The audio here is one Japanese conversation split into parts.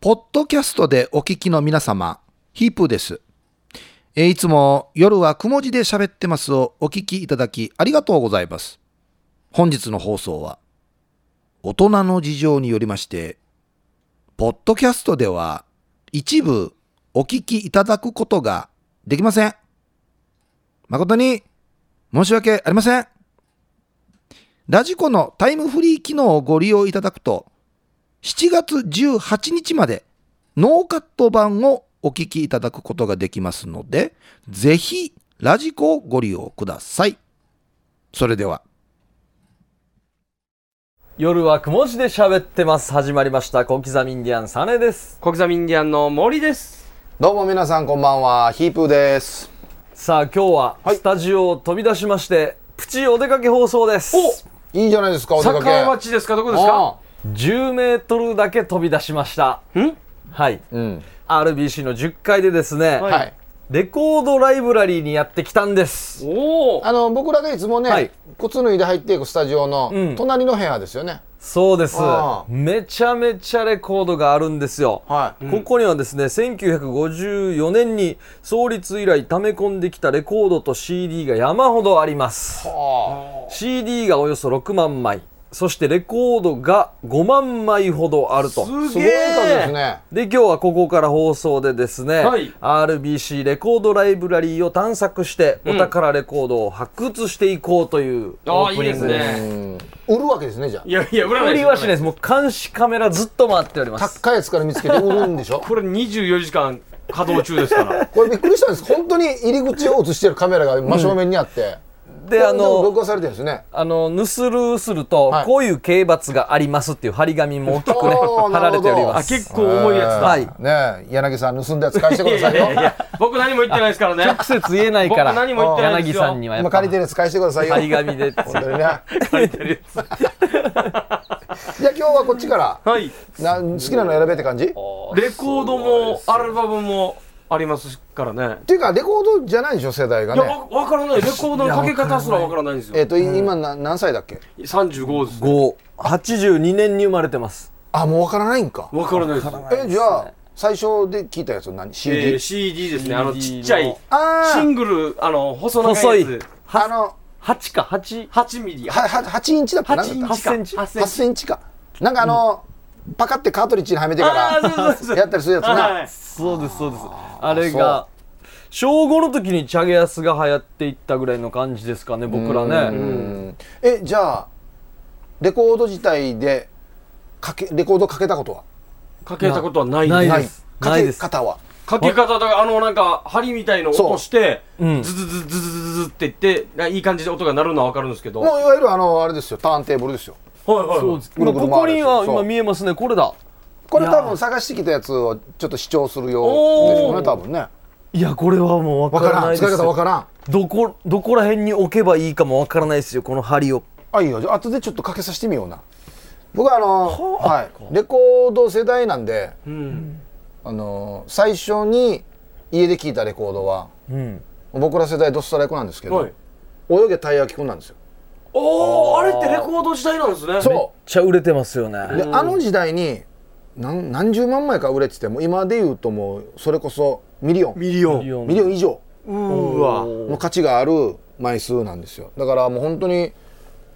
ポッドキャストでお聞きの皆様、ヒープーです。えーいつも夜はくも字で喋ってますをお聞きいただきありがとうございます。本日の放送は、大人の事情によりまして、ポッドキャストでは一部お聞きいただくことができません。誠に申し訳ありません。ラジコのタイムフリー機能をご利用いただくと、7月18日までノーカット版をお聞きいただくことができますので、ぜひラジコをご利用ください。それでは。夜はくも字で喋ってます。始まりました。小刻みインディアン、サネです。小刻みインディアンの森です。どうも皆さんこんばんは、ヒープーです。さあ、今日は、スタジオを飛び出しまして、プチお出かけ放送です。いいじゃないですか、お出かけ。坂町ですかどこですか10メートルだけ飛び出しました。んはい。うんうん。 RBC の10階でですね、はいはい。レコードライブラリーにやってきたんです。おおあの、僕らがいつもね、はい靴脱いで入っていくスタジオのん隣の部屋ですよね。そうですああ。めちゃめちゃレコードがあるんですよ。はい。ここにはですね、1954年に創立以来溜め込んできたレコードと CD が山ほどあります。あ CD がおよそ6万枚そしてレコードが5万枚ほどあるとあ、すごい数ですね。で今日はここから放送でですね、はい RBC レコードライブラリーを探索しておん宝レコードを発掘していこうというあオーあいいプニでンすグですね売るわけですね、じゃいやいや売らな売いですりはしないですもう監視カメラずっと回っておりまあ。す高いやつから見つけて売るんでしょこれ24時間稼働中ですからこれびっくりしたんです。本当に入り口を映してるカメラが真正面にあって。であこれでも録の画されてるんですね。あのぬするすると、はいこういう刑罰がありますっていう張り紙も大きくね おー貼られておりまあす結構重いやつだ、はいねえ柳さん盗んだやつ返してくださいいやいやいよ。や僕何も言ってないですからね直接言えないから僕何も言ってないで柳すよさんにはや今っぱ借りてるやつ返してくださいよ。張り紙でっていう本当にね。じゃあ今日はこっちから。はいな好きなの選べって感じっレコードもアルバムもありますからねていうかレコードじゃないでしょ世代がいやねわわからないレコードのかけ方すらわからないんですえっ、よと、い今な何歳だっけ35です五八十二年に生まれてます。あもうわからないんかわからないですえじゃあ最初で聞いたやつ何 CD、えー CD ですねあの CD ちっちゃいのあシーングルあの細長細いやいつあの八か八8ミリはは8インチだったな8インか八チかセンチ8セン8チセンチかなんかあの、パカってカートリッジにはめてあーかそうそうそうらやったりするやつな、はいそうですそうです。あれが小五の時にチャゲアスが流行っていったぐらいの感じですかね僕らうね。んえじゃあレコード自体でかけレコードかけたことはかけたことはないないですないですかないけです方はかけ方だからあのなんか針みたいのを落としてうんズズズズズズズって言ってないい感じで音が鳴るのはわかるんですけどはいもういわゆるあのあれですよターンテーブルですよはいそはういです。今ぐるぐここる回るにやつはそ今う見えますねこれだ。これいやー多分探してきたやつをちょっと主張するよおーうでしょうね多分ねいやこれはもうわわかかららなんいで使いす方。わからんどこどこら辺に置けばいいかもわからないですよこの針を。あいいよじゃあ後でちょっとかけさせてみような僕はあのはい、レコード世代なんでうんあの最初に家で聴いたレコードはうん。僕ら世代ドストライクなんですけど、はい泳げたい焼きくんなんですよおおあれってレコード時代なんですねそめっちゃ売れてますようね。であの時代に何何十万枚か売れてても今で言うともうそれこそミリオンミリオンミリオンミリオン以上うーわの価値がある枚数なんですよだからもう本当に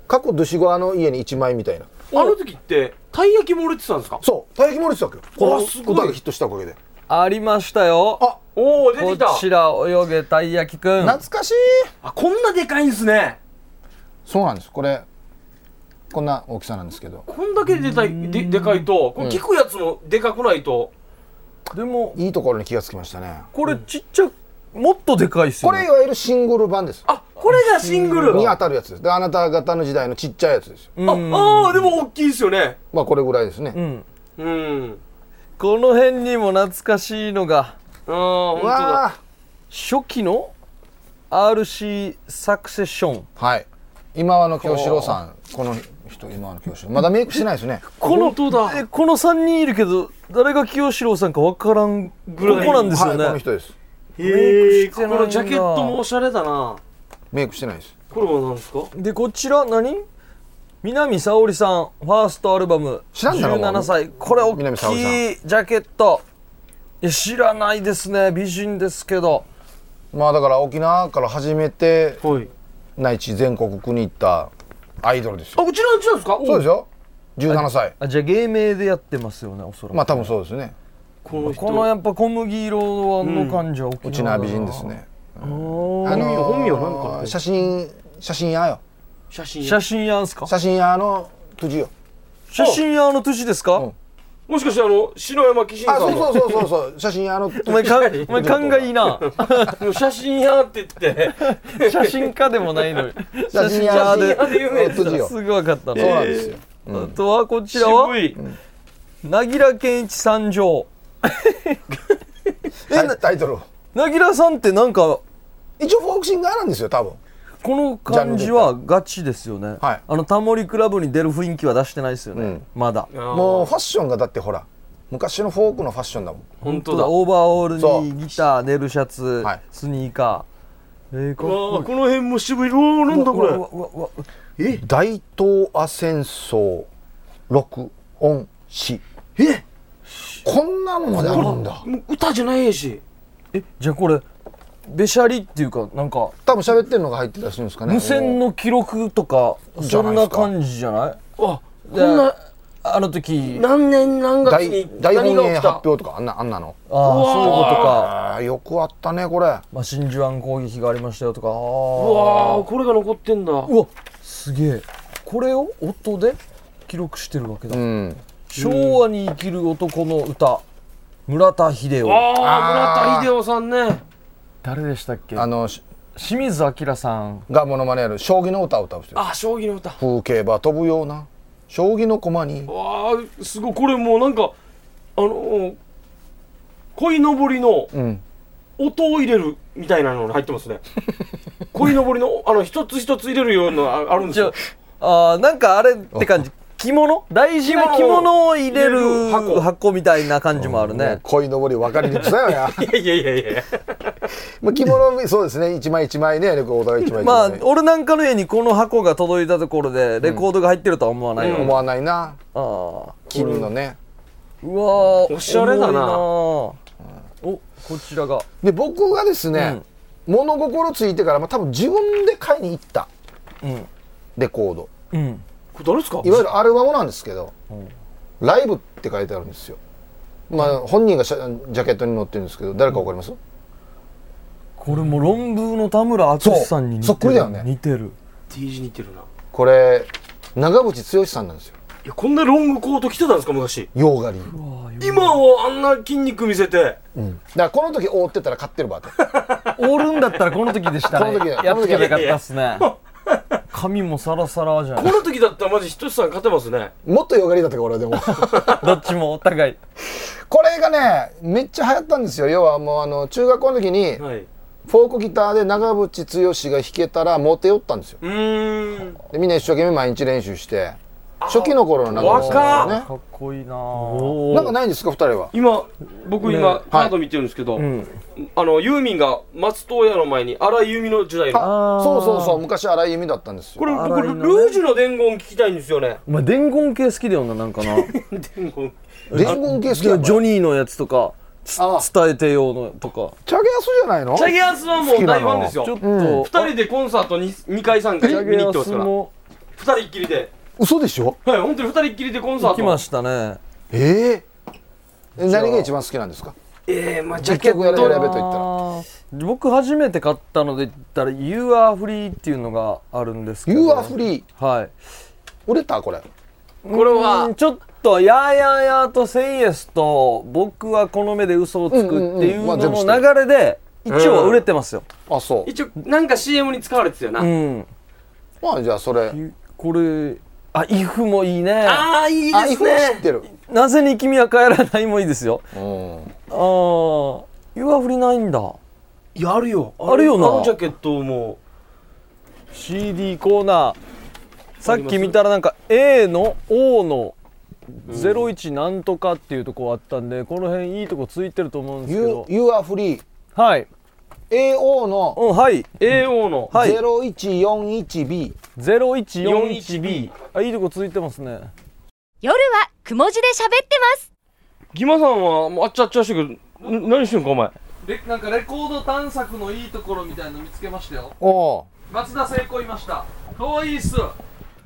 各ドゥシゴアの家に1枚みたいなあの時ってたい焼きも売れてたんですかそうたい焼きも売れてたわけよこあすごいの歌がヒットしたおかげでありましたよ。あおお出てこきたちら泳げたい焼きくん。懐かしい、あこんなでかいんですねそうなんですこれこんな大きさなんですけどこんだけでたいででかいとこれ聞くやつもでかくないとでもいいところに気がつきましたねこれちっちゃもっとでかいっすこよれいね。わゆるシングル版ですあこれがシングルに当たるやつですであなた方の時代のちっちゃいやつですよこああーでも大きいですよねまあこれぐらいですね、うん。うんうんこの辺にも懐かしいのがああ本う当だわ初期の RC サクセション。ーはい今和の清志郎さんこの人今和の清志郎まだメイクしてないですねこの本当だえこの三人いるけど誰が清志郎さんかわからんぐらいここなんですよね。はい、この人ですへメイえクしこてないんだのジャケットもおしゃれだなメイクしてないですこれは何ですかでこちら何？南沙織さんファーストアルバム知らんだろ17歳これ大南沙織さんきいジャケットいや知らないですね美人ですけどまあだから沖縄から初めてはい。内地全国区に行ったアイドルですよあ、うちのうちなんですかそうですよ17歳あじゃあ芸名でやってますよねおそらく、まあ多分そうですねこの人。このやっぱ小麦色の感じは沖うち縄だなな美人ですねああ本名のー本名なんかある写真写真屋よ写ー真。写真屋んすか写真屋の藤よ写真屋の年ですか、うんもしかしてあの、篠山紀信さあんの。そうそうそうそうそう写真屋のお前藤か お前勘がいいなもう写真屋って言って。写真家でもないのに 写真屋で写真屋で有名です藤よそすぐ分かったうなな、んですよあとはこちらは渋い。なぎら健一参上タイタイトルをなぎらさんってなんか一応フォークシンガーなんですよ多分この感じはガチですよね、はいあのタモリクラブに出る雰囲気は出してないですよね、うんまだもうファッションがだってほら昔のフォークのファッションだもんう、本当本当だ。だわオーバーオーそルうにギターネルシャツ、はいスニーカーえー、かっこいあ、いこの辺も渋い。おお、なんだこれう。わうわうわうわ大東亜戦争録音詩え、こんなのまであるんだもう歌じゃないし。えじゃあこれべしゃりっていうかなんか多分喋ってるのが入ってたりするんですかね無線の記録とかじゃそないんでなすか感じじゃないあ、こんな、あの時あ何年何月大に大何本が起営き発た。表とかあんなあんなのあそういうことか、あーよくあったねこれまあ、真珠湾攻撃がありましたよとかあうーわあ、これが残ってんだ。うわすげえこれを音で記録してるわけだ、うん昭和に生きる男の歌村田秀夫ああ、村田秀夫さんね。誰でしたっけあのし清水明さんがモノマネやる将棋の歌を歌う人あ、将棋の歌。わ風景ば飛ぶような将棋の駒にあ、すごい。これもうなんか、あの、鯉のぼりのうん音を入れるみたいなのが入ってます ね。鯉のぼりの、あの、一つ一つ入れるようなのああるんですじゃよ。あーなんかあれって感じ着物大事な着物を入れ入れるる箱箱みたいな感じもあるね恋のぼり分かりにくさよや いやいやいやいや。まあ着物そうですね一枚一枚ねお互い一枚一枚、まあ俺なんかの家にこの箱が届いたところでレコードが入ってるとは思わないよ、思わないなあー金のねうわーおしゃれだな重いなおこちらがで僕がですね、物心ついてから、まあ、多分自分で買いに行ったうんレコードうんこれ誰ですかいわゆるアルバムなんですけど、ライブって書いてあるんですよまあ本人がしゃジャケットに載ってるんですけど誰かわかります、これも論文の田村そ淳うさんに似てるそっくりだよね似てる T 字似てるな。いこれ長渕剛さんなんですよや、こんなロングコート着てたんですか、昔。洋刈り今はあんな筋肉見せて。だからこの時覆ってたら買ってるわと おるんだったらこの時でしたねこの時だやっとけばよかったっすね髪もサラサラじゃこんの時だったらマジひとしさん勝てますね。もっと洋刈りだったから俺はでもどっちもお互い これがねめっちゃ流行ったんですよ要はもうあの中学校の時にフはい。ォークギターで長渕剛が弾けたらモテよったんですようーん。でみんな一生懸命毎日練習して初期の頃の長渕さんだよねかっこいいななんかないんですか二人は今、僕ね今、カード見てるんですけど、んあの、ユーミンが松任谷の前に荒井由実の時代の。あーそうそうそう昔荒井由実だったんですよこれ、荒僕、井のルねージュの伝言聞きたいんですよね。お前伝言系好きだよななん かな伝言。伝言系好きジやョんジョニーのやつとかつあ伝えてよのとかチャゲアスじゃないのチャゲアスはも好きうな大のファンですよちょっ。と、うん二人でコンサートに2回3チ回ャ見にゲ行ってまアすスから。も二人っきりで。嘘でしょはい、本当に二人っきりでコンサ行ーきト。ましたねええ何が一番好きなんですかええまあ、ジャ結ケッ局やれ選べト。と言ったらあー僕初めて買ったので言ったら You are free っていうのがあるんです「けど You are free はい」売れたこれこれはうんちょっと「やーやーやー」と「セイエス」と「僕はこの目で嘘をつうんうんうく」んっていうまのあ全部知っのてる流れで一応は売れてますよあそう一応、なんか CM に使われてたよな。うん、まあじゃあそれゆこれあ「イフもいいねああ、いいあですイフは知っね。てる「なぜに君は帰らない」もいいですようんああ「You are free」ないんだいや、あるよ。あるよなあのジャケットも。 CD コーナーさっりますき見たらなんか A の O の01なんとかっていうとこあったんでこの辺いいとこついてると思うんですけ you, ど you are free はい AO のうん、はい。 AO のはい 0141B 0141B 41B。あ、いいとこ続いてますね。夜はくも字で喋ってます。ギマさんはもうあっちゃあっちゃしてるけどん何してんのかお前なんかレコード探索のいいところみたいの見つけましたよ。おお松田聖子いました。かわいいっす。あ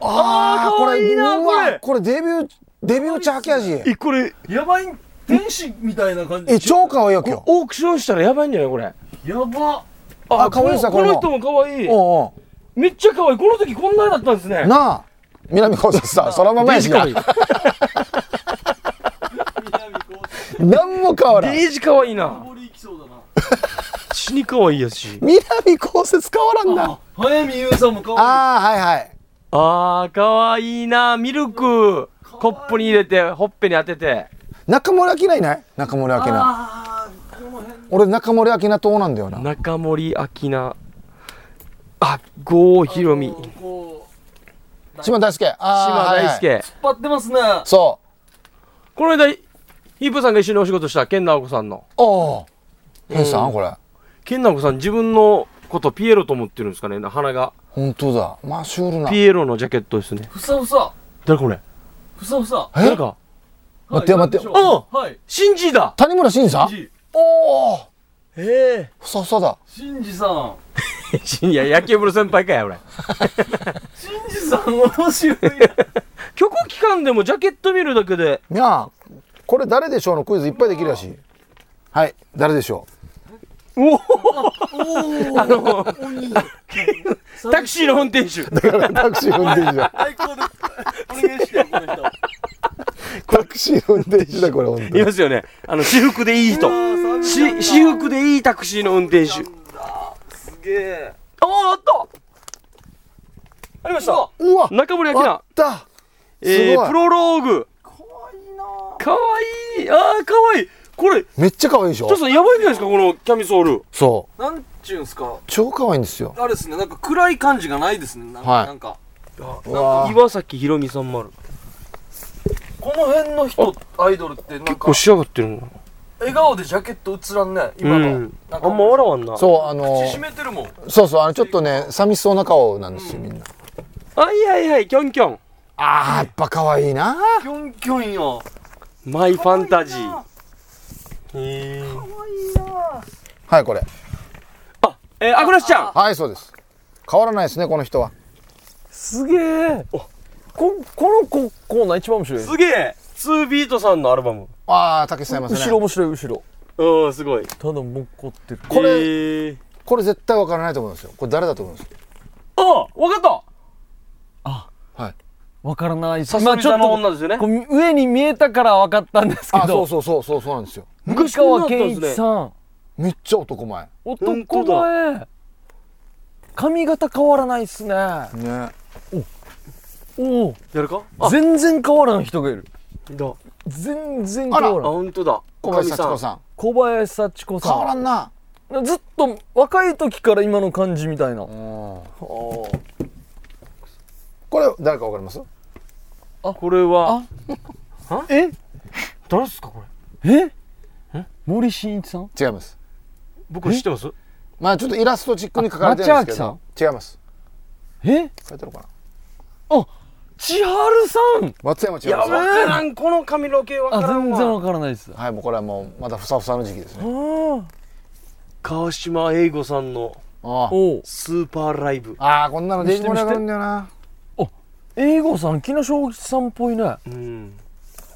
あーこれ可愛いなうわこれこれデビューデビューチャーキャジえこれやばい、天使みたいな感じ。え超可愛いわけよオークションしたらやばいんじゃないこれやば。ああ可愛いさこのこれ人も可愛いおおうおめっちゃ可愛いこの時こんなだったんですねうなあ南高卒さそのままやしな何も変わらんデージ可愛いなボリいきそうだな。死に可愛いやし南高卒変わらんなあ早見優さんもかわあーはいはいあー可愛いなミルクコップに入れてほっぺに当てて中森明菜いない中森明菜あーこの辺俺中森明菜党なんだよな中森明菜あ郷ひろみこうこ島大輔島あー大輔、はいはい引っ張ってますね。そこの間ヒープさんが一緒にお仕事した健直子さんのうおおケンさうんんこれ健直子さん自分のことピエロと思ってるんですかね鼻が本当だまあシュールなピエロのジャケットですねふさふさ。誰これふさふさ。え誰か待ってはい待ってなんでしょうはい。シンジだ谷村新司さんシンジおおえふさふさだシンジさん。えいや野球部の先輩かや俺シンジさん面白い。曲期間でもジャケット見るだけでいやこれ誰でしょうのクイズいっぱいできるらしいはい誰でしょおおおお。あのタクシーの運転 手う だからタクシー運転手だ 最高です。お願いしてよこの人。タクシー運転手だこれ本当いにますよねあの私服でいい人 し私服でいいタクシーの運転手すげえ。あああったありましうわたうわ中森明あ菜っ、たえすごー、いプロローグかわいいなかわいいあーかわいいこれちめっちゃ可愛いでしょょっとやばいんじゃないですかこのキャミソールそうなんちゅうんすか。超可愛いんですよあれですね。なんか暗い感じがないですね。なんかはいなんかうわー岩崎宏美さんもあるこの辺の人アイドルってなん結か構仕上がってるな笑顔でジャケット映らんね。う今の。んあんま笑わんなそうあの口閉めてるもん。そうそうあのちょっとね寂しそうな顔なんですよみんなはいはいはいキョンキョンあーやっぱ可愛いなキョンキョンよ。マイファンタジーへーはいこれあえー、アグラスちゃんはいそうです変わらないですねこの人はすげえ。ここのココーナー一番面白い。すげえ2ビートさんのアルバムああ竹下さんいますね後ろ面白い後ろ。うんすごいただもっこってる。これえー、これ絶対わからないと思うんですよこれ誰だと思うんですあわかったわからない。さすがちょっのと女ですよねこう上に見えたから分かったんですけあそどうそうそうそうそうなんですよ昔昔こん川なのあったん健ですね一さんめっちゃ男前男前髪型変わらないっすねねおやるかお全然変わらん人がいるだあ全然変わらん本当だ小林女将幸子さんさん小林幸子変わらさんなんずっと若い時から今の感じみたいなこれ誰かわかりますこれはえ誰っすかこれえ森進一さん違います僕知ってますまあちょっとイラストチックに書かれてるんですけあど違いますえ書いてあるかな千春さん松山千いやわ春さんからんこの髪の毛わあからん全然わわからないですあはいもうこれはもうまだふさふさの時期ですねー川島英吾さんのあーおうスーパーライブあーこんなのデジモリ上がるんだよな英語さん木下翔一さんっぽいねうん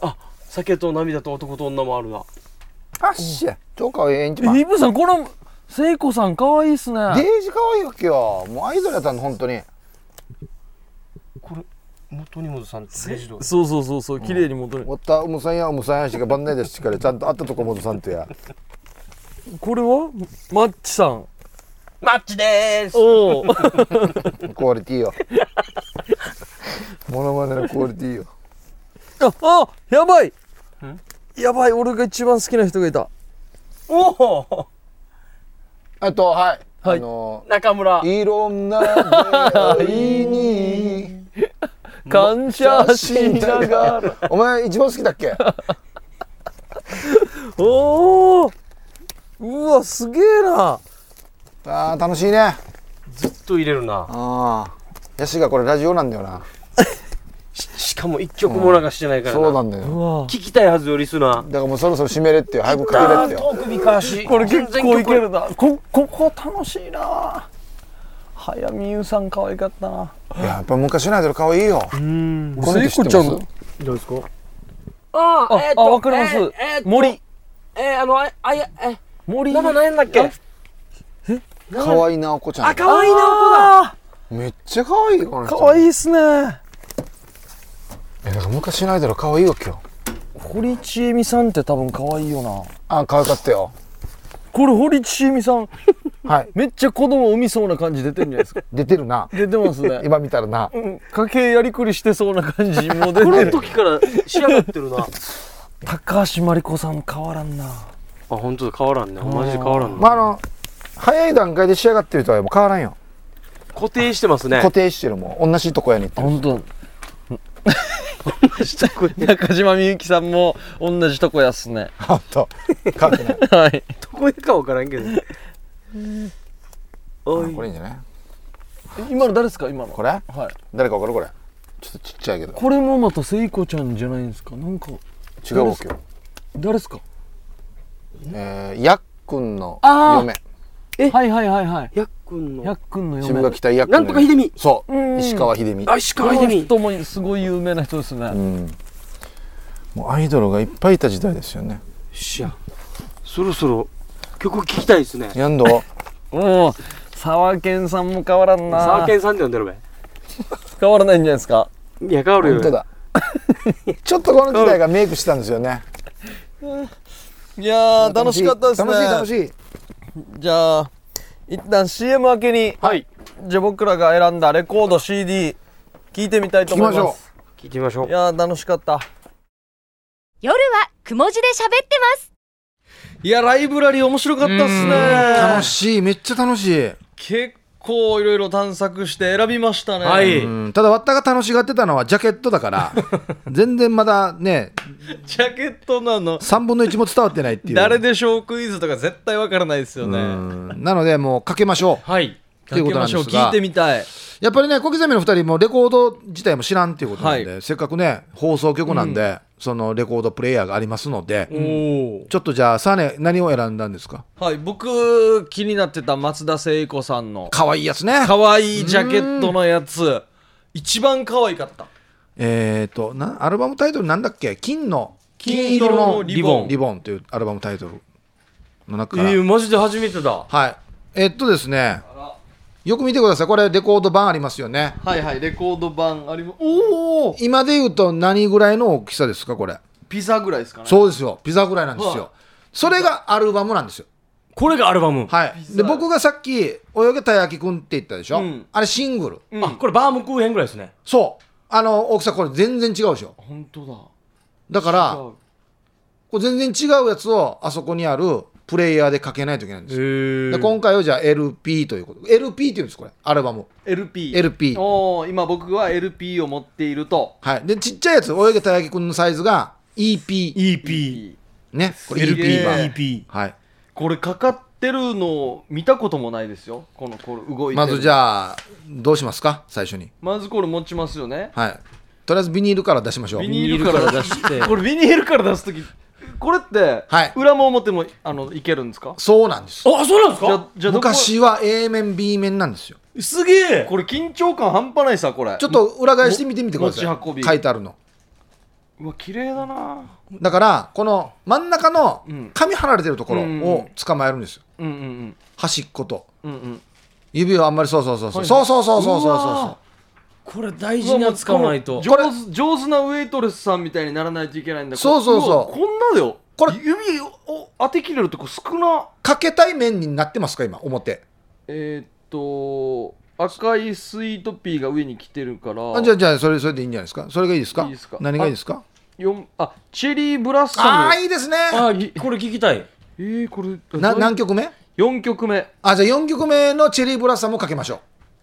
あ酒と涙と男と女もあるなあっしゃ超可愛いエンジマンイブさんこの聖子さん可愛いっすねデージ可愛いわけよもうアイドルやったの本当にこれ元に戻さんってレジドそうそうそうそう綺麗に戻る、おったおむさんやおむさんやしかばんないですしからちゃんとあったとこ戻さんとやこれはマッチさんマッチでーすおおクオリティよモノマネのクオリティよああやばいやばい俺が一番好きな人がいたおおあとはい、はいあの中村いろんな出会い に感謝しながらお前一番好きだっけおおうわすげえなあー楽しいねあずっと入れるなあヤシがこれラジオなんだよなししかも一曲も流してないからなそうなんだよわ聞きたいはずよリスナーだからもうそろそろ締めれってよ早くかけれってよ遠く見返しこれ結構いけるなこここ楽しいな早見優さん可愛かったないややっぱ昔のアイドル可愛いようんこの人知ってますどうですかああ、えーっあ、とわかりますえーえーっ。と森。えーあの、ああや、え、森。名前何やったっけ可愛いなおこちゃあ、ん可愛いな、子だあめっちゃ可愛いこーの人かわいいっすね。えだから昔のアイドル可愛いよ今日堀ちえみさんって多分可愛いよな。あ可愛かったよこれ堀ちえみさん、はいめっちゃ子供産みそうな感じ出てるんじゃない ですか。出てるな出てますね。今見たらなうん家計やりくりしてそうな感じも出こてのる。時から仕上がって るなあ高橋真理子さん変わらんな。本当だ変わらんねマジで変わらんねまああの早い段階で仕上がってるとはもう変わらんよ固定してますね固定してるもん同じとこやねんって本当。定してる中島みゆきさんも同じとこやっすね。ほんと変わってないはい。どこでか分からんけどおいこれいいんじゃない今の誰ですか今の。これはい。誰かわかるこれちょっとちっちゃいけどこれもまた聖子ちゃんじゃないんですか。なんか違うわけよ誰ですか。えーやっくんのあー嫁はいはいはいはい。やっくんのやっくんの嫁。渋が北やっくんなんとか秀美そう、うん石川秀美あ石こ川の秀美人もすごい有名な人ですうね。んもうアイドルがいっぱいいた時代ですよねしやそろそろ曲聴きたいですねやんどうん。沢健さんも変わらんな。沢健さんって呼んでるべ変わらないんじゃないですか。いや変わる本当よだちょっとこの時代がメイクしたんですよねいやー楽しかったですね。楽しい楽しいじゃあ一旦 CM 明けに、はいじゃあ僕らが選んだレコード CD 聞いてみたいと思い聞きまましす。聴いてみましょういやー楽しかった。夜はくも字で喋ってます。いやライブラリー面白かったっすね。楽しいめっちゃ楽しい結構いろいろ探索して選びましたね。はういんただわったが楽しがってたのはジャケットだから全然まだねジャケットなの。 3分の1も伝わってないっていう誰でしょうクイズとか絶対わからないですようね。んなのでもうかけましょうはい。ということなんですがかけましょう聞いてみたい。やっぱりね小刻みの2人もレコード自体も知らんっていうことなんで、はせっかくね放送局なんで、そのレコードプレイヤーがありますので、おちょっとじゃあサーネ何を選んだんですかお。はい。僕気になってた松田聖子さんの可愛いやつね可愛いジャケットのやつ一番可愛かった。えっ、となアルバムタイトルなんだっけ金の金色のリボンリボンというアルバムタイトルの中かえら、ーマジで初めてだはいえっとですねよく見てくださいこれレコード版ありますよねはいはいレコード版あります。おお。今で言うと何ぐらいの大きさですかこれピザぐらいですかね。そうですよピザぐらいなんですうわよそれがアルバムなんですよこれがアルバムはい、で僕がさっき「泳げたいあきくん」って言ったでしょ、うんあれシングル、うんあこれバームクーヘンぐらいですねそうあの大きさこれ全然違うでしょ本当だ。だからこれ全然違うやつをあそこにあるプレイヤーでかけないといけないんですよ、えで今回はじゃあ LP ということ LP っていうんですこれアルバム LP。 LP おお今僕は LP を持っていると。はいでちっちゃいやつ泳げたいあきくんのサイズが EP EP ねこれすげ EP え版 EP はいこれかかってるのを見たこともないですよこのこれ動いてまるずじゃあどうしますか最初にまずこれ持ちますよねはいとりあえずビニールから出しましょうビニールから出して これビニールから出す時これって、はい裏も表もあのいけるんですかそうなんですあそうなんですじゃかじゃあどこ昔は A 面 B 面なんですよすげえこれ緊張感半端ないさこれちょっと裏返して見てみてくださ持ち運いび書いてあるのうわ綺麗だなだからこの真ん中のうん紙離れてるところうんを捕まえるんですようんうん端っことうんうんうん指をあんまりそうそうそうそうはいそうそうそうそうそううそわこれ大事な使わないとうわもうこの上手上手なウェイトレスさんみたいにならないといけないんだそうそうそうわこんなだよこれ指を当てきれるとこ少なうかけたい面になってますか今表えーっと赤いスイートピーが上に来てるからあじゃあじゃあそれそれでいいんじゃないですかそれがいいですかいいですか何がいいですかよんあチェリーブラッサああムーいいですねあこれ聞きたいえー、これな何曲目4曲目あじゃあ4曲目のチェリーブラッサムをかけましょ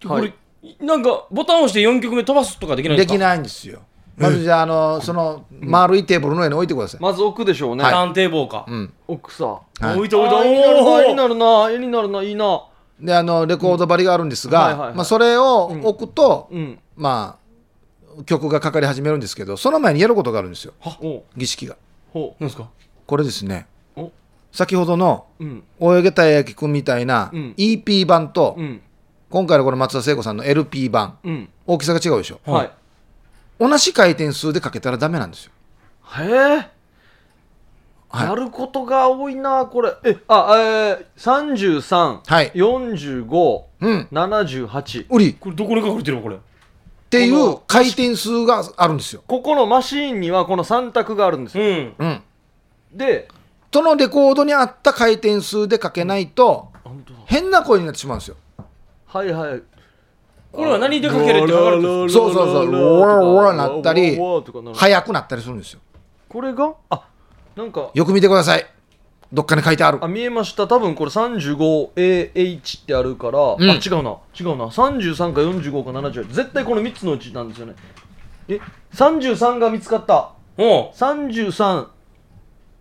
これなんかボタン押して4曲目飛ばすとかできなういんでですかきないんですよまずじゃああのその丸いテーブルの上に置いてくださいまず奥でしょうね、ターンテーブルかうん奥さはい置いてあ置いてー絵になるな絵になるおーな絵になるないいなであのレコード張りがあるんですが、はいはいはいまあ、それを置くと、うん。まあ曲がかかり始めるんですけどその前にやることがあるんですよほう。儀式がほなんですかこれですねお先ほどのう。うん。 「泳げたいやきくん」みたいなうん EP 版と、うん。今回のこの松田聖子さんの LP 版うん。大きさが違うでしょはい。同じ回転数でかけたらダメなんですよへえ。はいやることが多いな、これ。え、あ、えー、33、はい45、うんっ78。売りっこれどこに隠れてるのこれ。ていこうの回転数があるんですよここのマシーンにはこの3択があるんですよ。うん。うんで、そのレコードに合った回転数でかけないと本当だ変な声になってしまうんですよはいはい。これは何でかけるって書かれてるんですかそうそうそうロラロラロラロラロラなったりロラロラとかなる速くなったりするんですよこれがあなんかよく見てくださいどっかに書いてあるあ見えました多分これ 35AH ってあるから、んあ違うな違うな33か45か78絶対この3つのうちなんですよねえ33が見つかったうん。 33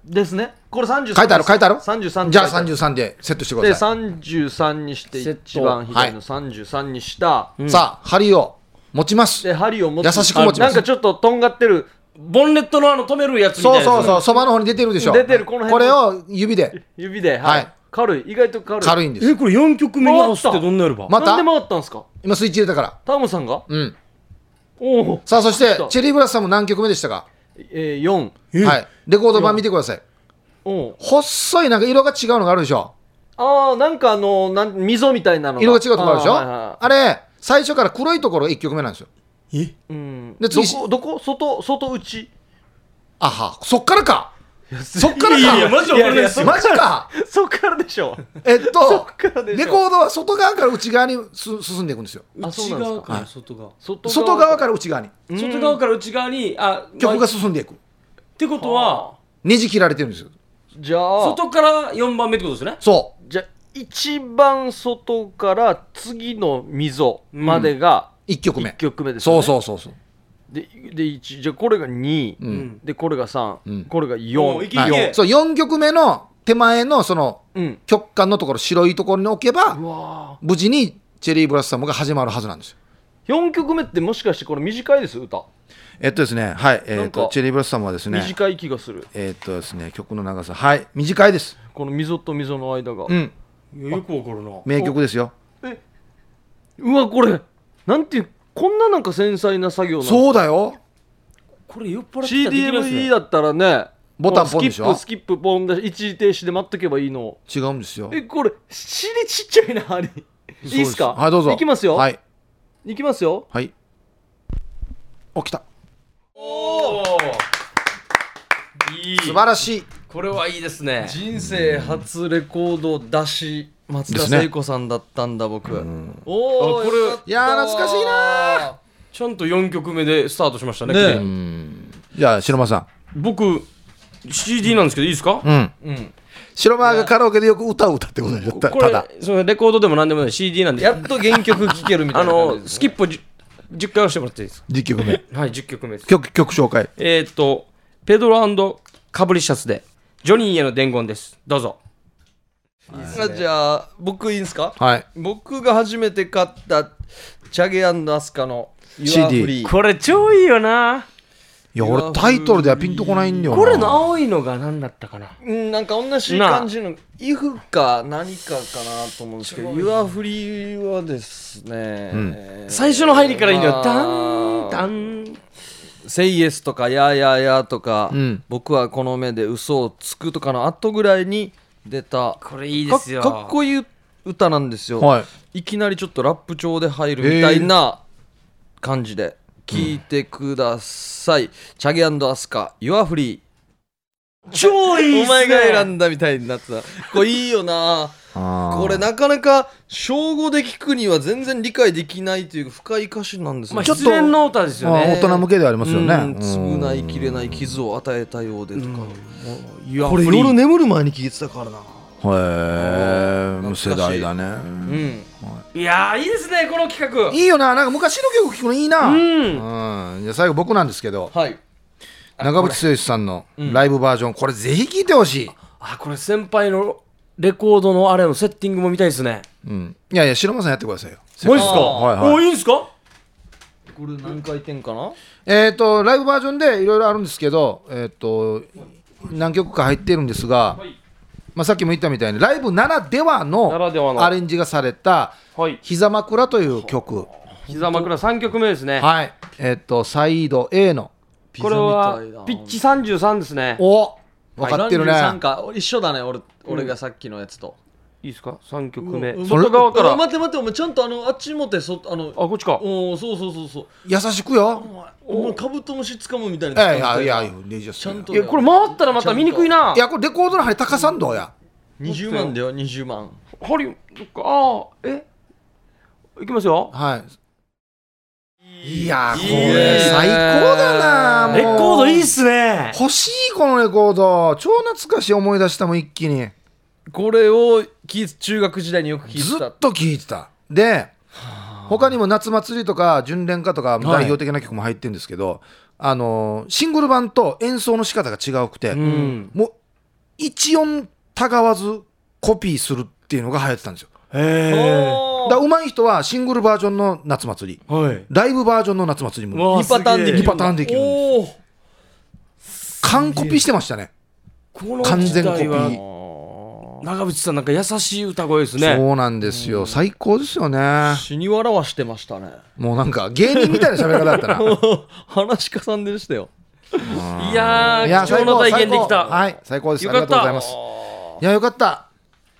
ですねこれ33書いてある書いてある33じゃあ33でセットしてくでださ33にしてセット一番左の33にした、いさあ針を持ちますで針を持優しく持ちまなんすかちょっととんがってるボンネットのあの止めるやつみたいそうなやつ。そうそうそばの方に出てるでしょ出てるこの辺これを指で指で、はいはい軽い意外と軽い軽いんですえ、これ4曲目に合わせてどんなやればまなたんで回ったんですか今スイッチ入れたからタモさんがうんおお、さあそしちょてっとチェリーブラスさんも何曲目でしたかえー、4えはいレコード版見てくださいおう細いなんか色が違うのがあるでしょああなんかあのなん溝みたいなの色が違うとこあるでしょーはいはいはあれ最初から黒いところが1曲目なんですよえいうんでで次どこどこ外外内あはそっからかそっからいやいや、かマジでわかんないですよ。マジかそっからでしょえっそとっからでしょレコードは外側から内側にす進んでいくんですよあそう内なんですか側から外側。外外側から内側にうん外側から内側に、あ、曲まがあっ進んでいくてことは、ねじ切られてるんですよじゃあ外から4番目ってことですね。そじゃあ一番外から次の溝までがう1曲目1曲目ですよそね、うそうそうそうでで一じゃあこれが2、うんうんでこれが3、うんこれがおうい4けいけはいそう4曲目の手前のそのうん曲間のところ白いところに置けばうわ無事にチェリーブラッサムが始まるはずなんですよ4曲目ってもしかしてこれ短いです歌、えっとですねはいえなんっかとチェリーブラッサムはですね短い気がするえっとですね曲の長さはい短いですこの溝と溝の間が、うんいやよくわかるな。名曲ですようわこれなんていうこんななんか繊細な作業なのそうだよこれ酔っ払ってたらできますね CDMD だったらねボタンポンもうでしょスキップスキップポンで一時停止で待っとけばいいのを違うんですよえこれ尻ちっちゃいな針いいっすかはいどうぞいきますよ、、はいいきますよはい起きたおーいい素晴らしいこれはいいですね人生初レコード出し松田ですね聖子さんだったんだ僕、あおおこれいやー懐かしいなちゃんと4曲目でスタートしましたねねえこれじゃあ白間さ僕 CD なんですけどいいですかんうんうん白間がカラオケでよく歌を歌ってことでしょたこただれそのレコードでも何でもない CD なんでやっと原曲聴けるみたあいな感じのですスキップを 10, 10回押してもらっていいですか10曲目はい10曲目です曲曲紹介えー、っとペドロカブリシャスでジョニーへの伝言ですどうぞあじゃあ僕いいんすかはい僕が初めて買ったチャゲアスカの CD Your Free これ超いいよないや俺タイトルではピンとこないんだよなこれの青いのが何だったかなうん、なんか同じ感じの「イフ」か何かかなと思うんですけど「ユアフリーはですね、んえー最初の入りからいいんだまよあダンダン「セイエス」とか「やーやーやー」とか、うん僕はこの目で嘘をつく」とかの後ぐらいに出たこれいいでかすよかっこいい歌なんですよ、はいいきなりちょっとラップ調で入るみたいな感じで聞いてください、チャゲアスカ Your Free 超いいっすねお前が選んだみたいになってたこれいいよなここれなかなか小語で聞くには全然理解できないという深い歌詞なんですまあ、ね失恋の歌ですよね大人向けではありますよねうんうん償いきれない傷を与えたようでとか、これ夜眠る前に聞いてたからなへえ懐かしい世代だねうんいやーいいですねこの企画いいよななんか昔の曲聴くのいいなうんうんじゃあ最後僕なんですけどはい長渕剛さんのライブバージョンこれぜひ聴いてほしいあこれ先輩のレコードのあれのセッティングも見たいですね。うん。いやいや、白間さんやってくださいよ。マジっすかはいはいお、いいんすかこれ何回転かなえっ、と、ライブバージョンでいろいろあるんですけど、えっ、と、何曲か入ってるんですが、まあ、さっきも言ったみたいに、ライブならではならでのはのアレンジがされた、はい。膝枕という曲。膝枕3曲目ですね。はい。えっ、と、サイド A の。ピザこれはみたいだピッチ33ですね。お分かってるね。 43か一緒だね俺俺がさっきのやつと、いいですか ?3 曲目う。ん外側から。おあ、待って待ってお前ちゃんとあのあっち持ってそあのこっちか。おーそうそうそうそう優しくよ。お前カブトムシつかむみたいいやないやいや、いいやいやちゃんといや、これ回ったらまた見にくいな。いや、これレコードの針高さんどうや。 20万だよ20万ハリウッドか。ああ、えいきますよ。はい。いやー、こいいれね最高だなもうレコードいいっすね。欲しいこのレコード超懐かしい思い出したもん一気にこれを聞い中学時代によく聞ずいってたと聴いてたで他にも「夏祭り」とか「純恋歌」とか代表的な曲も入ってるんですけど、あのーシングル版と演奏の仕方が違うくて、うん。もう一音たがわずコピーするっていうのが流行ってたんですよへえ。おーだから上手い人はシングルバージョンの夏祭りはい。ライブバージョンの夏祭りうわもー二パターンできる二パターンできるんおー完コピーしてましたねこの完全コピ時代はー長渕さんなんか優しい歌声ですね。そうなんですよ最高ですよね死に笑わしてました ねもうなんか芸人みたいな喋り方 だったな話家さんでしたよいやいやー、貴重な体験で最き高た。はい、最高です。あよりがかっとうたございます。いや、よかった。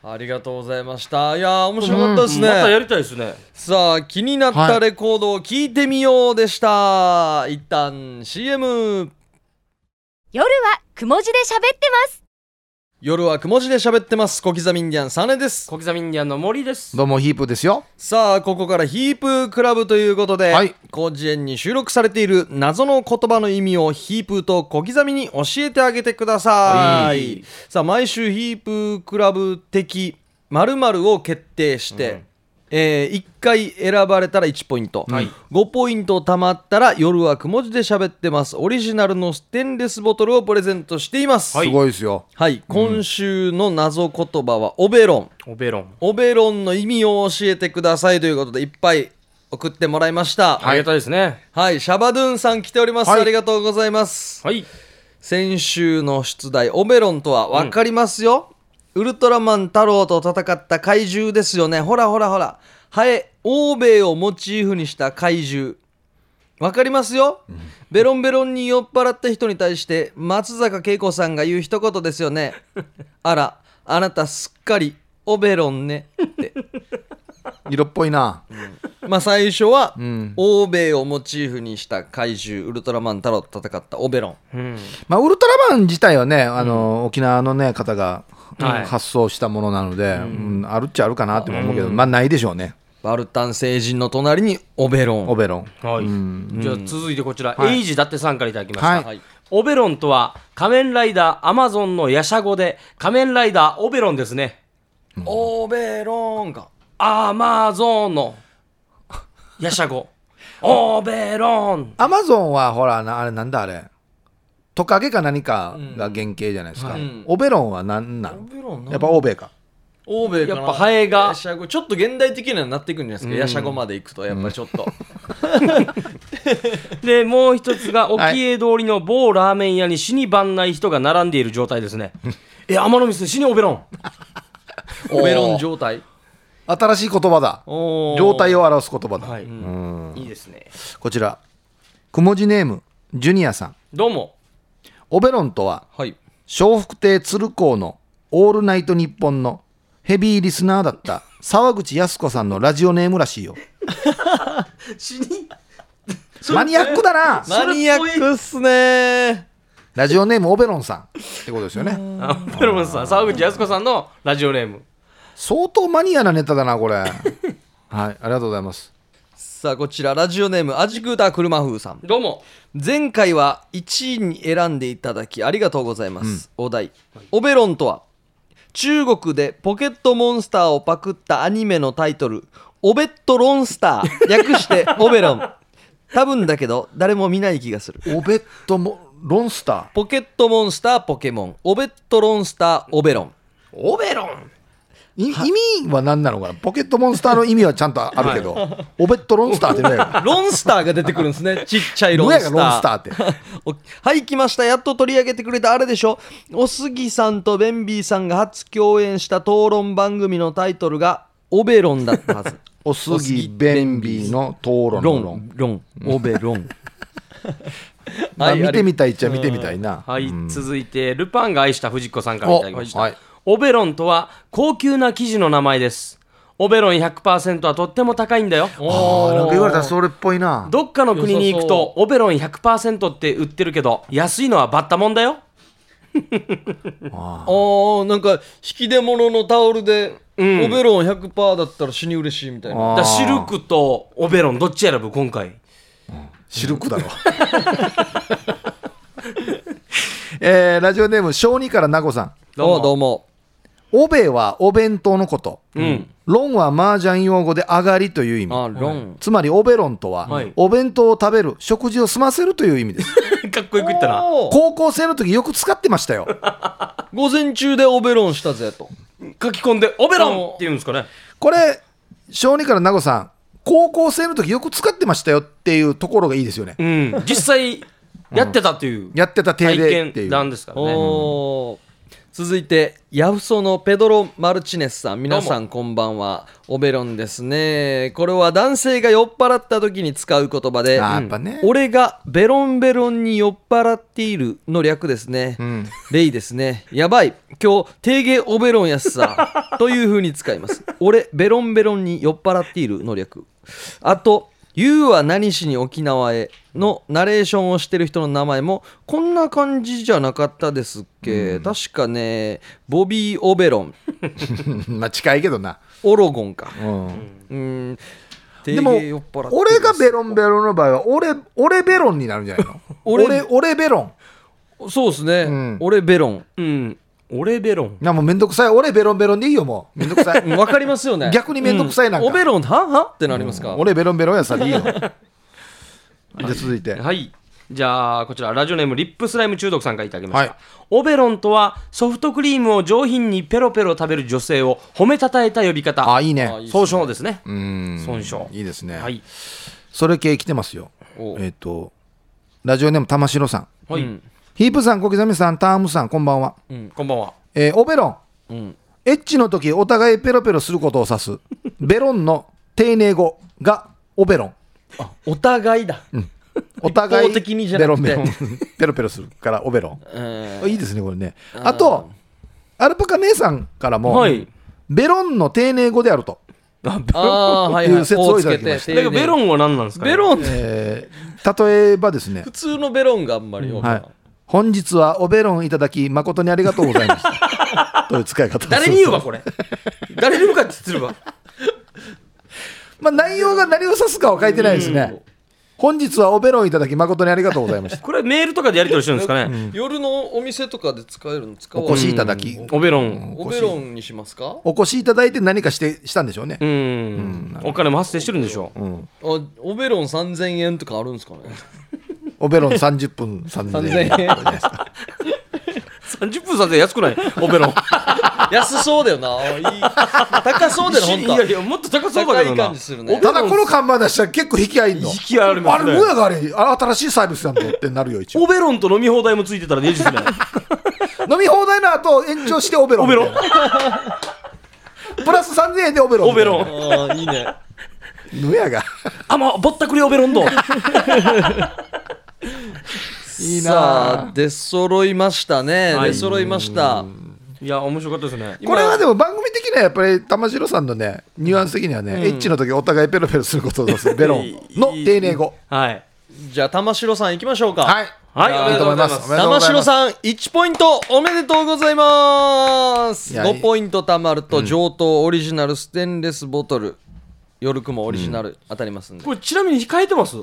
ありがとうございましたいやー面白かったですね、またやりたいですね。さあ気になっはたいレコードを聞いてみようでした、一旦 CM 夜はくも字で喋ってます。夜はくも字で喋ってます小刻みインディアンサネです小刻みインディアンの森です。どうも、ヒープですよ。さあここからヒープークラブということで、はい広辞苑に収録されている謎の言葉の意味をヒープーと小刻みに教えてあげてください、はいさあ毎週ヒープークラブ的〇〇を決定して、え1回選ばれたら1ポイント、5ポイント貯まったら夜はくも字で喋ってますオリジナルのステンレスボトルをプレゼントしています、すごいですよ。はい、今週の謎言葉はオベロンオベロン。オベロンの意味を教えてくださいということでいっぱい送ってもらいましたありがたいですね。はいシャバドゥンさん来ております、はいありがとうございますはい。先週の出題オベロンとは分かりますよ、ウルトラマン太郎と戦った怪獣ですよねほらほらほらハエ欧米をモチーフにした怪獣分かりますよ、ベロンベロンに酔っ払った人に対して松坂慶子さんが言う一言ですよねあらあなたすっかりオベロンねって色っぽいな。まあ最初は、ん欧米をモチーフにした怪獣ウルトラマン太郎と戦ったオベロンうん。まあ、ウルトラマン自体はね、あの、沖縄のね、方が。はい発想したものなので、うんあるっちゃあるかなって思うけど、まあ、ないでしょうね。バルタン星人の隣にオベロンオベロン。はい。じゃあ続いてこちら、エイジだってさんからいただきました。はいはいオベロンとは仮面ライダーアマゾンのヤシャ語で仮面ライダーオベロンですね。オベロンがアマゾンのヤシャ語。オベロン。アマゾンは、ほら、なあれ、なんだ、あれ。トカゲか何かが原型じゃないですか。んオベロンは何なん。ベロンやっぱ欧米か。欧米かなやっぱハエがヤシャゴちょっと現代的にはなっていくんじゃないですか、ヤシャゴまで行くとやっぱりちょっと、で、もう一つがはい沖江通りの某ラーメン屋に死に晩ない人が並んでいる状態ですね。え、天海さん死にオベロン。オベロン状態新しい言葉だ。状状態を表す言葉だ。はい。いいですね。こちら。くもじネーム、ジュニアさん。どうも。オベロンとは。はい笑福亭鶴光の「オールナイトニッポン」のヘビーリスナーだ った沢口靖子さんのラジオネームらしいよ マニアックだなマニアックっすねラジオネームオベロンさんってことですよねあ オベロンさん、沢口靖子さんのラジオネーム。相当マニアなネタだなこれはいありがとうございますさあこちらラジオネームアジクーター車風さんどうも。前回は1位に選んでいただきありがとうございます、お題オベロンとは中国でポケットモンスターをパクったアニメのタイトル「オベットロンスター」略して オベロン多分だけど誰も見ない気がするオベットもロンスターポケットモンスターポケモンオベットロンスターオベロンオベロン。い意味は何なのかなポケットモンスターの意味はちゃんとあるけど、オベットロンスターってねロンスターが出てくるんですね。ちっちゃいロン何やがスタロンスターー。って おはい、来ました。やっと取り上げてくれたあれでしょ。おすぎさんとベンビーさんが初共演した討論番組のタイトルがオベロンだったは ず。おすぎベンビーの討論ロの論ン、ロン、オベロン。まあ見てみて。たいっちゃ見てみたいな、はい、うん続いてルパンが愛した藤子さんからいおただきました、はいオベロンとは高級な生地の名前ですオベロン100%はとっても高いんだよあーなんか言われたらそれっぽいなどっかの国に行くとオベロン100%って売ってるけど安いのはバッタもんだよああ、なんか、引き出物のタオルで、んオベロン100%だったら死に嬉しいみたいな。あーだからシルクとオベロンどっち選ぶ今回シルクだろ えーラジオネーム小児からなこさんどうもおどうも。おべはお弁当のこと、んロンは麻雀用語で上がりという意味あ、ロン。つまりオベロンとは、はいお弁当を食べる食事を済ませるという意味ですかっこよく言ったなおー高校生の時よく使ってましたよ午前中でオベロンしたぜと。書き込んでオベロンって言うんですかねこれ小児からなこさん高校生の時よく使ってましたよっていうところがいいですよね、うん実際やってたというやってた体体でってい験うなんですからねおー続いてヤフソのペドロ・マルチネスさん皆さんこんばんはオベロンですねこれは男性が酔っ払った時に使う言葉で、あーやっぱね俺がベロンベロンに酔っ払っているの略ですね、レイですねやばい今日定芸オベロンやっさという風に使います俺ベロンベロンに酔っ払っているの略あと「YOU は何しに沖縄へ」のナレーションをしてる人の名前もこんな感じじゃなかったですっけ、確かねボビー・オベロンうんまあ近いけどな、オロゴンかうんうんでも定芸酔っ払っている俺がベロンベロンの場合は俺俺ベロンになるんじゃないの俺俺俺ベロンそうですね、ん俺ベロンうん俺ベロンなもうめんどくさい俺ベロンベロンでいいよもうめんどくさいわかりますよね逆にめんどくさいなんかオベロンははってなりますか、俺ベロンベロンやさでいい よ じゃあ続いてはい。じゃあ、こちら、ラジオネーム、リップスライム中毒さんからいただきました。はいオベロンとは、ソフトクリームを上品にペロペロ食べる女性を褒めたたえた呼び方。あいいねあ総称ですね。うん損傷いいですね、はい。それ系来てますよおえっ、とラジオネーム玉城さんはい。ヒープさん小刻みさんタームさんこんばんは、うんこんばんは。えーオベロン、エッチの時お互いペロペロすることを指すベロンの丁寧語がオベロンお互いだ、お互い一方的にじゃなくてベロンベロンペロペロするからオベロンえいいですねこれねあとアルパカ姉さんからも、はいベロンの丁寧語であると、ー、ああーはいいはうい説こをういつただきけてましただけど、ベロンンは何なんですか、ね、ベロンってえー例えばですね普通のベロンがあんまりよくない、はい本日はおベロンいただき誠にありがとうございました という使い方をする誰に言うわ、これ。誰に向かって言ってるわ。 まあ内容が何を指すかは書いてないですね本日はおベロンいただき誠にありがとうございましたこれ、メールとかでやり取りしてるんですかね。夜のお店とかで使えるの使おうお越しいただきオベロン。オベロンにしますかお越しいただいて何かしてしたんでしょうねうん。お金も発生してるんでしょう。 あオベロン3000円とかあるんですかねおベロン30分3000 3000円円30分させ安くないオベロン。安そうだ よないい高そうだよ本い当やいや、もっと高そうだけどな。高い感じするねただこの看板出したら結構引き合いんの引き合いありますねあれもやがあれあ新しいサービスなんだってなるよ一応オベロンと飲み放題もついてたらね、いいですね。 飲み放題の後延長してオベロンオベロン。プラス3000円でオベロンオベロン。あーいいねンやがあ、まあ、ぼったくりオベロンド。いいさなあ出揃いましたね、はい出揃いましたいや、面白かったですね。これはでも番組的にはやっぱり玉城さんのねニュアンス的にはね、エッチの時お互いペロペロすることを指すベロンの丁寧語はい。じゃあ玉城さん行きましょうかはいはい、やーおめでとうございまおす。めでとうご玉ざい城ますさん1ポイントおめでとうございますいや5ポイント貯まると上等オリジナルステンレスボトル夜雲オリジナル当たりますんで、これ、ちなみに控えてます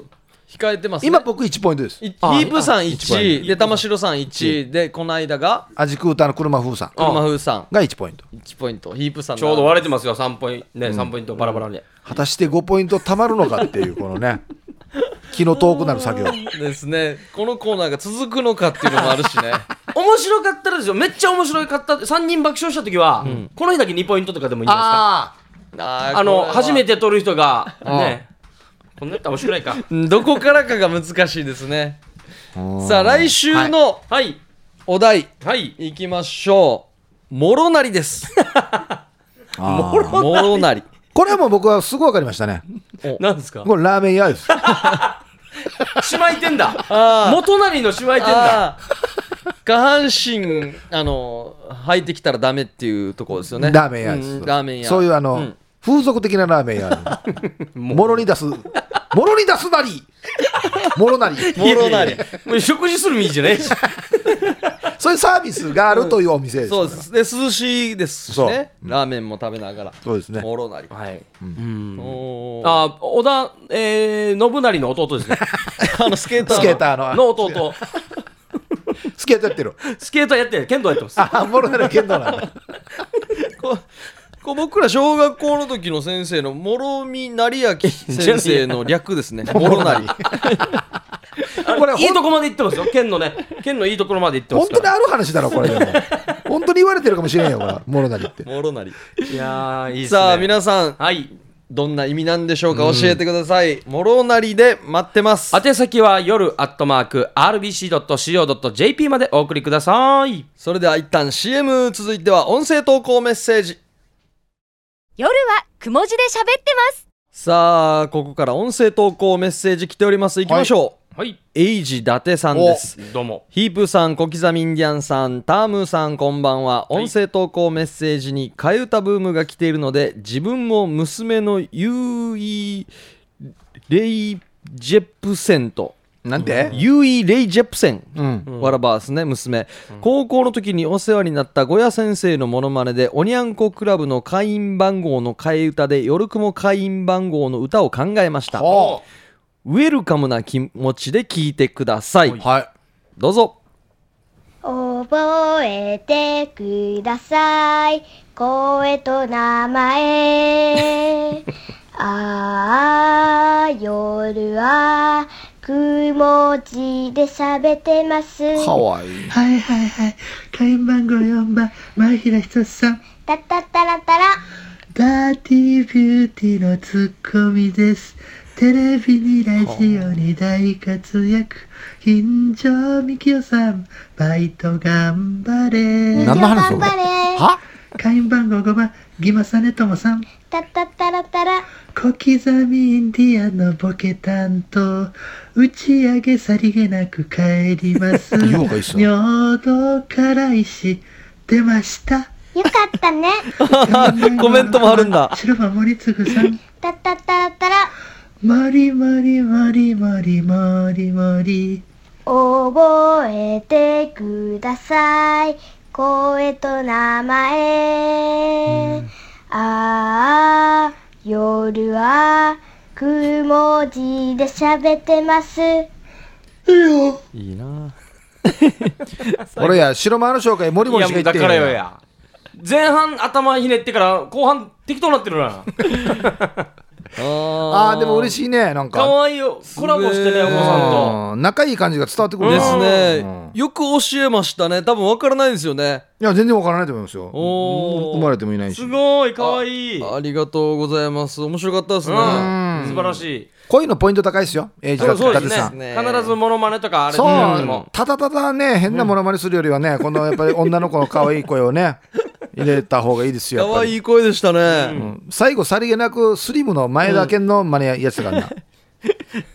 控えてます、ね、今僕1ポイントですいヒあープさんポイン1で玉城さん1でこの間がアジクーターの車風さん車風さんが1ポイント1ポイントヒープさんちょうどわ割れてますよ、3ポイント。ね、3ポイントバラバラで。果たして5ポイント貯まるのかっていうこのね気の遠くなる作業。ですねこのコーナーが続くのかっていうのもあるしね面白かったらですよめっちゃ面白かった3人爆笑した時は、この日だけ2ポイントとかでもいいんじゃないですかああーあのこれは初めて撮る人がねこんなやったら面白いかうんどこからかが難しいですねさあ来週のはいお題、はいい、きましょうもろなりですあー。もろなりこれはもう僕はすぐ分かりましたね。何ですかこれラーメン屋です。姉妹店だあー元なりの姉妹店だあー下半身あの履いてきたらダメっていうところですよねラーメン屋です、うんラーメン屋そういうあの、ん風俗的なラーメン 屋もろに出すもろに出すなりもろなり もろなりもう食事する身じゃないし そういうサービスがあるというお店です、そうですで涼しいですしねそラーメンも食べながらそうですねもろなりはいうんおーあー織田、えー、信成の弟ですね あのスケータースのケーターのあの弟 スケートやってるスケートやって剣道やってますあもろなり剣道なんだここ僕ら小学校の時の先生の諸見成明先生の略ですね諸成これいいとこまで行ってますよ剣のね剣のいいところまで行ってま本す当かにらある話だろこれでも本当に言われてるかもしれんよこれもろなりって諸成いやーいいっすねさあ皆さんはいどんな意味なんでしょうか教えてください諸成で待ってます宛先は夜アットマーク RBC.CO.JP までお送りくださいそれでは一旦 CM 続いては音声投稿メッセージ夜はくも字で喋ってます。さあここから音声投稿メッセージ来ておりますいきましょはい。う、エイジ伊達さんですどうも。ヒープさん、小刻みインディアンさん、タームーさん、こんばんは。はい音声投稿メッセージに替え歌ブームが来ているので、自分も娘のユーイ・レイ・ジェプセンと、なんでユーイ・レイ・ジェプセン、うんわらばですね、娘、高校の時にお世話になったゴヤ先生のモノマネで、おにゃんこクラブの会員番号の替え歌で、夜雲会員番号の歌を考えました。はウェルカムな気持ちで聞いてください。あはいどうぞ。覚えてください声と名前ああ夜は雲字で喋ってますかわいいはいはいはい。会員番号4番、前平ひとさん。たったったらたらダーティービューティーのツッコミです。テレビにラジオに大活躍。金城みきおさん、バイト頑張れ。何の話それ頑張れは会員番号5番、ギマサネともさん。たったったらたら小刻みインディアンのボケ担当打ち上げさりげなく帰ります言おうかいっす よ尿道から石出ましたよかったね コメントもあるんだ白馬森次さんたったったらたらもりもりもりもりもりもり覚えてください声と名前、ああ夜はくも字で喋ってますいいな俺や白間の紹介もりもいりしや、かも言うっだてからへんよやんや。前半頭ひねってから後半適当になってる な。ああーでも嬉しいねなんかかわいいよ。コラボしてね、お子さんと。うん仲いい感じが伝わってくるなですうんね、よく教えましたね多分わからないですよねいや全然わからないと思いますよおー生まれてもいないしすごい、かわいい。うんありがとうございます面白かったですね、素晴らしい。こういうのポイント高いですよエイジだそうで伊達すさねんね必ずモノマネとかあれそうんもうただただね変なものまねするよりはねこのやっぱり女の子の可愛い声を ね入れた方がいいですよやっ可ぱ愛りい声でしたね、うん最後さりげなくスリムの前田健のマネやつがな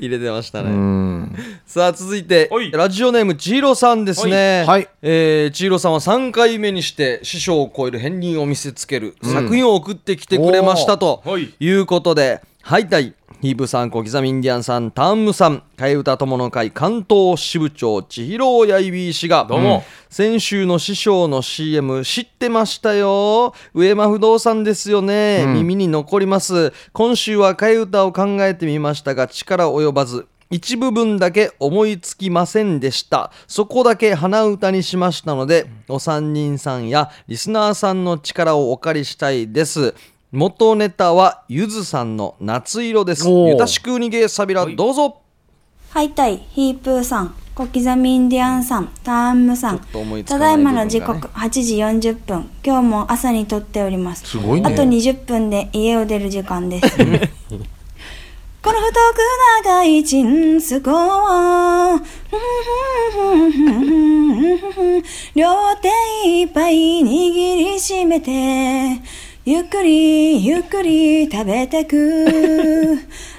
入れてましたね、うんさあ続いておいラジオネームちひろさんですねはいはいえー、ちひろさんは3回目にして師匠を超える片鱗を見せつける作品を送ってきてくれましたとおーはいいうことで、はい、たいヒープさん小刻みインディアンさんターンムさん替え歌友の会関東支部長千尋やいびい氏がどうも先週の師匠の CM 知ってましたよ上間不動産ですよね、耳に残ります今週は替え歌を考えてみましたが力及ばず一部分だけ思いつきませんでしたそこだけ鼻歌にしましたのでお三人さんやリスナーさんの力をお借りしたいです元ネタはゆずさんの夏色ですおーゆたしくにげさびらどうぞハイタイ、ヒープーさん、小刻みインディアンさん、ターンムさんちょっと思い、つかたなだいい部分まがねの時刻8時40分、今日も朝に撮っております。すごいねあと20分で家を出る時間です。この太く長い人生を、両手いっぱい握りしめて、ゆっくりゆっくり食べてく。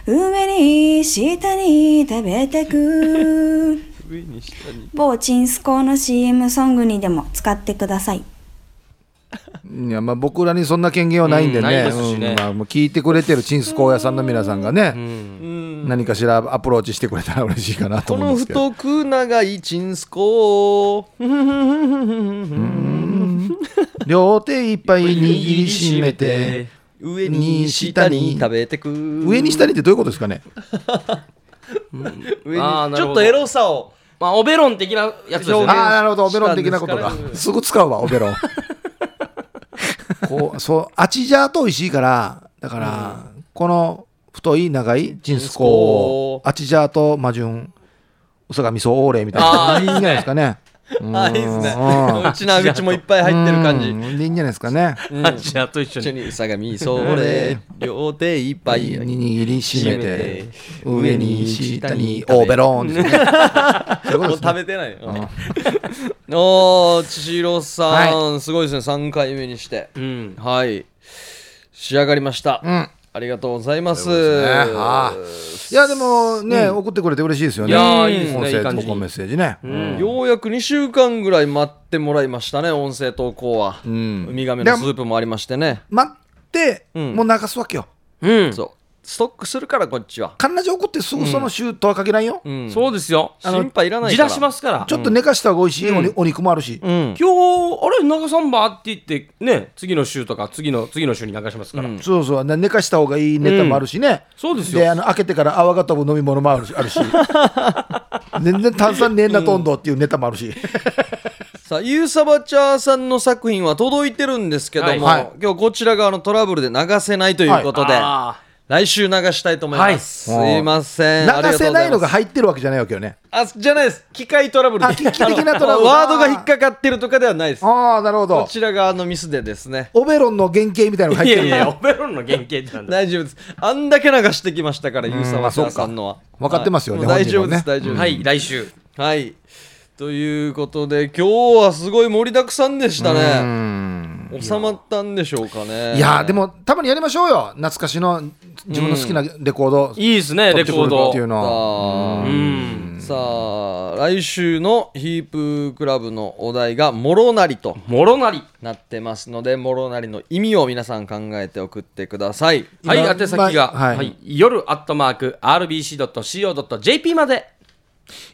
上に下に食べてく。上に下に某チンスコーの CM ソングにでも使ってください。いやまあ僕らにそんな権限はないんでうんないね,、でうすしんねまあ、もう聞いてくれてるチンス高野さんの皆さんがね、何かしらアプローチしてくれたら嬉しいかなとこ思うのんですけど太く長いチンスコ両手いっぱい握りしめて上に下に食べてく上に下にってどういうことですかね上にあーなちるょっほどとエロさをまあ、オベロン的なやつですあよあね。なるほどオベロン的なことが下ですからね すぐ使うわオベロンこうそうあちじゃと美味しいからだから、この太い長いジンスコをジンスコあちじゃと魔順うさがみそオーレみたいないあーいんじゃないですかねあいいですねうんうちの口もいっぱい入ってる感じうんでいいんじゃないですかねあじゃあと一緒一緒に。に相模それ両手いっぱい握りしめて締めて上に下に上にオーベロンですねそういうことですもうね食べてないよおー千尋さん、すごいですね3回目にしてうん。はい仕上がりました、んありがとうございますねはいいやでもね、送ってくれて嬉しいですよね。いやーいいですね音いい声感じ投稿メッセージね。うんようやく2週間ぐらい待ってもらいましたね音声投稿は、んウミガメのスープもありましてね待って、うんもう流すわけよ。うん。そうストックするからこっちは、彼女送ってすぐそのシュートはかけないよ。うんそうですよ。心配いらないじかららしますから。ちょっと寝かした方が美味しい、おにお肉もあるし。うん今日、あれ、長サンバって言って、ね、次の週とか、次の、次の週に流しますから。そうそうね寝かした方がいいネタもあるしね、そうですよであの開けてから泡が飛ぶ飲み物もあるしあるし 全然炭酸ねえなとんどっていうネタもあるし、さあゆうさばちゃーさんの作品は届いてるんですけども、はいはい今日こちら側のトラブルで流せないということで、あ来週流したいと思います、はいすいません流せないのがありがとうございます入ってるわけじゃないわけよねあじゃないです機械トラブルあ機械的なトラブルあのワードが引っかかってるとかではないですこああなるほどちら側のミスでですねオベロンの原型みたいなのがー入いってやるいや、オベロンの原型ってなんだ。大丈夫ですあんだけ流してきましたからゆうさばちゃーさんのはあそうか分かってますよねはいもう大丈本人も夫ねです大丈夫です、はい、来週。はい。ということで、今日はすごい盛りだくさんでしたね。収まったんでしょうかね。いやーでもたまにやりましょうよ懐かしの自分の好きなレコード、いいですね、レ撮ってコーくるドってい。うさのあうん。さあ、来週のヒープークラブのお題が、もろなりともろなり。なってますので、もろなりの意味を皆さん考えて送ってください。はい、今宛先が、まあはいはい、夜アットマーク RBC.CO.JP まで。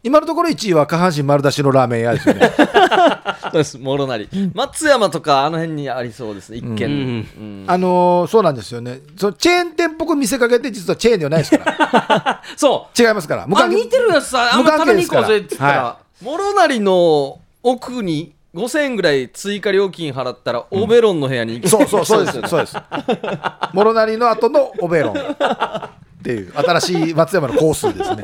今のところ1位は下半身丸出しのラーメン屋ですよねそうです、もろなり。松山とか、あの辺にありそうですね、一う軒。ん。あのーそうなんですよねそのチェーン店っぽく見せかけて実はチェーンではないですから そ違いますからう。あ、似てるやつさ、あんま食べに行こうぜって言ったら、はもろなりの奥に、5000円ぐらい追加料金払ったら、オベロンの部屋に行けそうそうそうでよすねそうですもろなりの後のオベロンっていう新しい松山のコースですね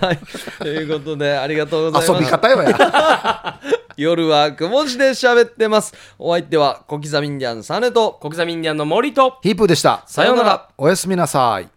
はい、ということで、 ありがとうござい遊まびす。方よや夜はくも字で喋ってます。お相手は、小刻みインディアンサネと、国際民ンディアンの森と、ヒープーでしたさようなら。おやすみなさい